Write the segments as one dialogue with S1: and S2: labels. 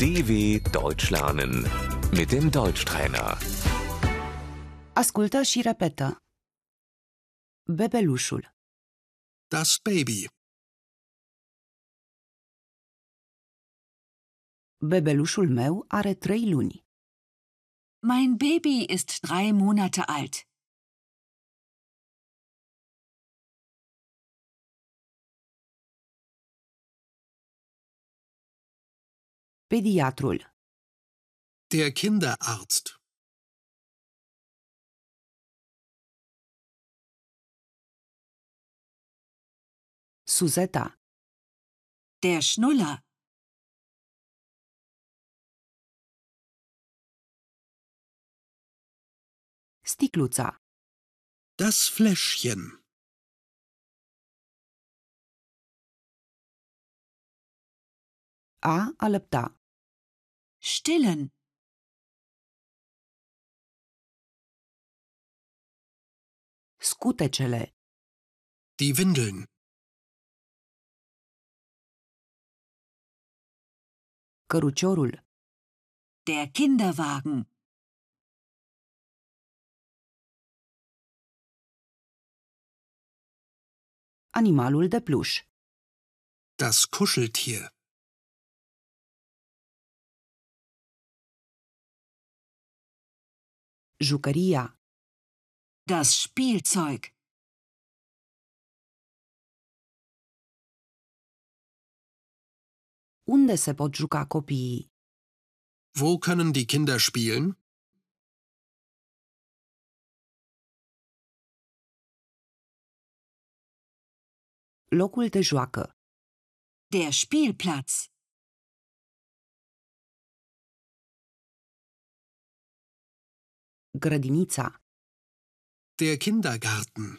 S1: DW Deutsch lernen mit dem Deutschtrainer.
S2: Ascultă și repetă. Bebelușul,
S3: Das Baby.
S2: bebelușul meu are trei luni.
S4: Mein Baby ist drei Monate alt.
S2: Pediatrul,
S3: Der Kinderarzt.
S2: Suzeta,
S4: Der Schnuller.
S2: sticluța,
S3: Das Fläschchen.
S2: a alăpta,
S4: Stillen.
S2: scutecele,
S3: Die Windeln.
S2: căruciorul,
S4: Der Kinderwagen.
S2: animalul de pluș,
S3: Das Kuscheltier.
S2: jucăria,
S4: Das Spielzeug.
S2: unde se pot juca copiii,
S3: Wo können die Kinder spielen?
S2: locul de joacă,
S4: Der Spielplatz.
S2: grădinița,
S3: Der Kindergarten.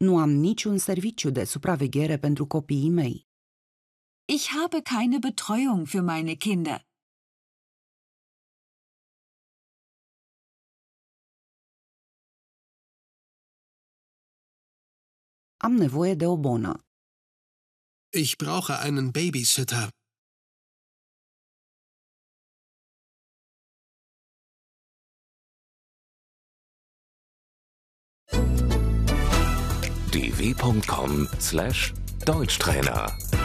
S2: nu am niciun serviciu de supraveghere pentru copiii mei.
S4: Ich habe keine Betreuung für meine Kinder.
S2: Am nevoie de o bonă.
S3: Ich brauche einen Babysitter.
S1: dw.com/deutschtrainer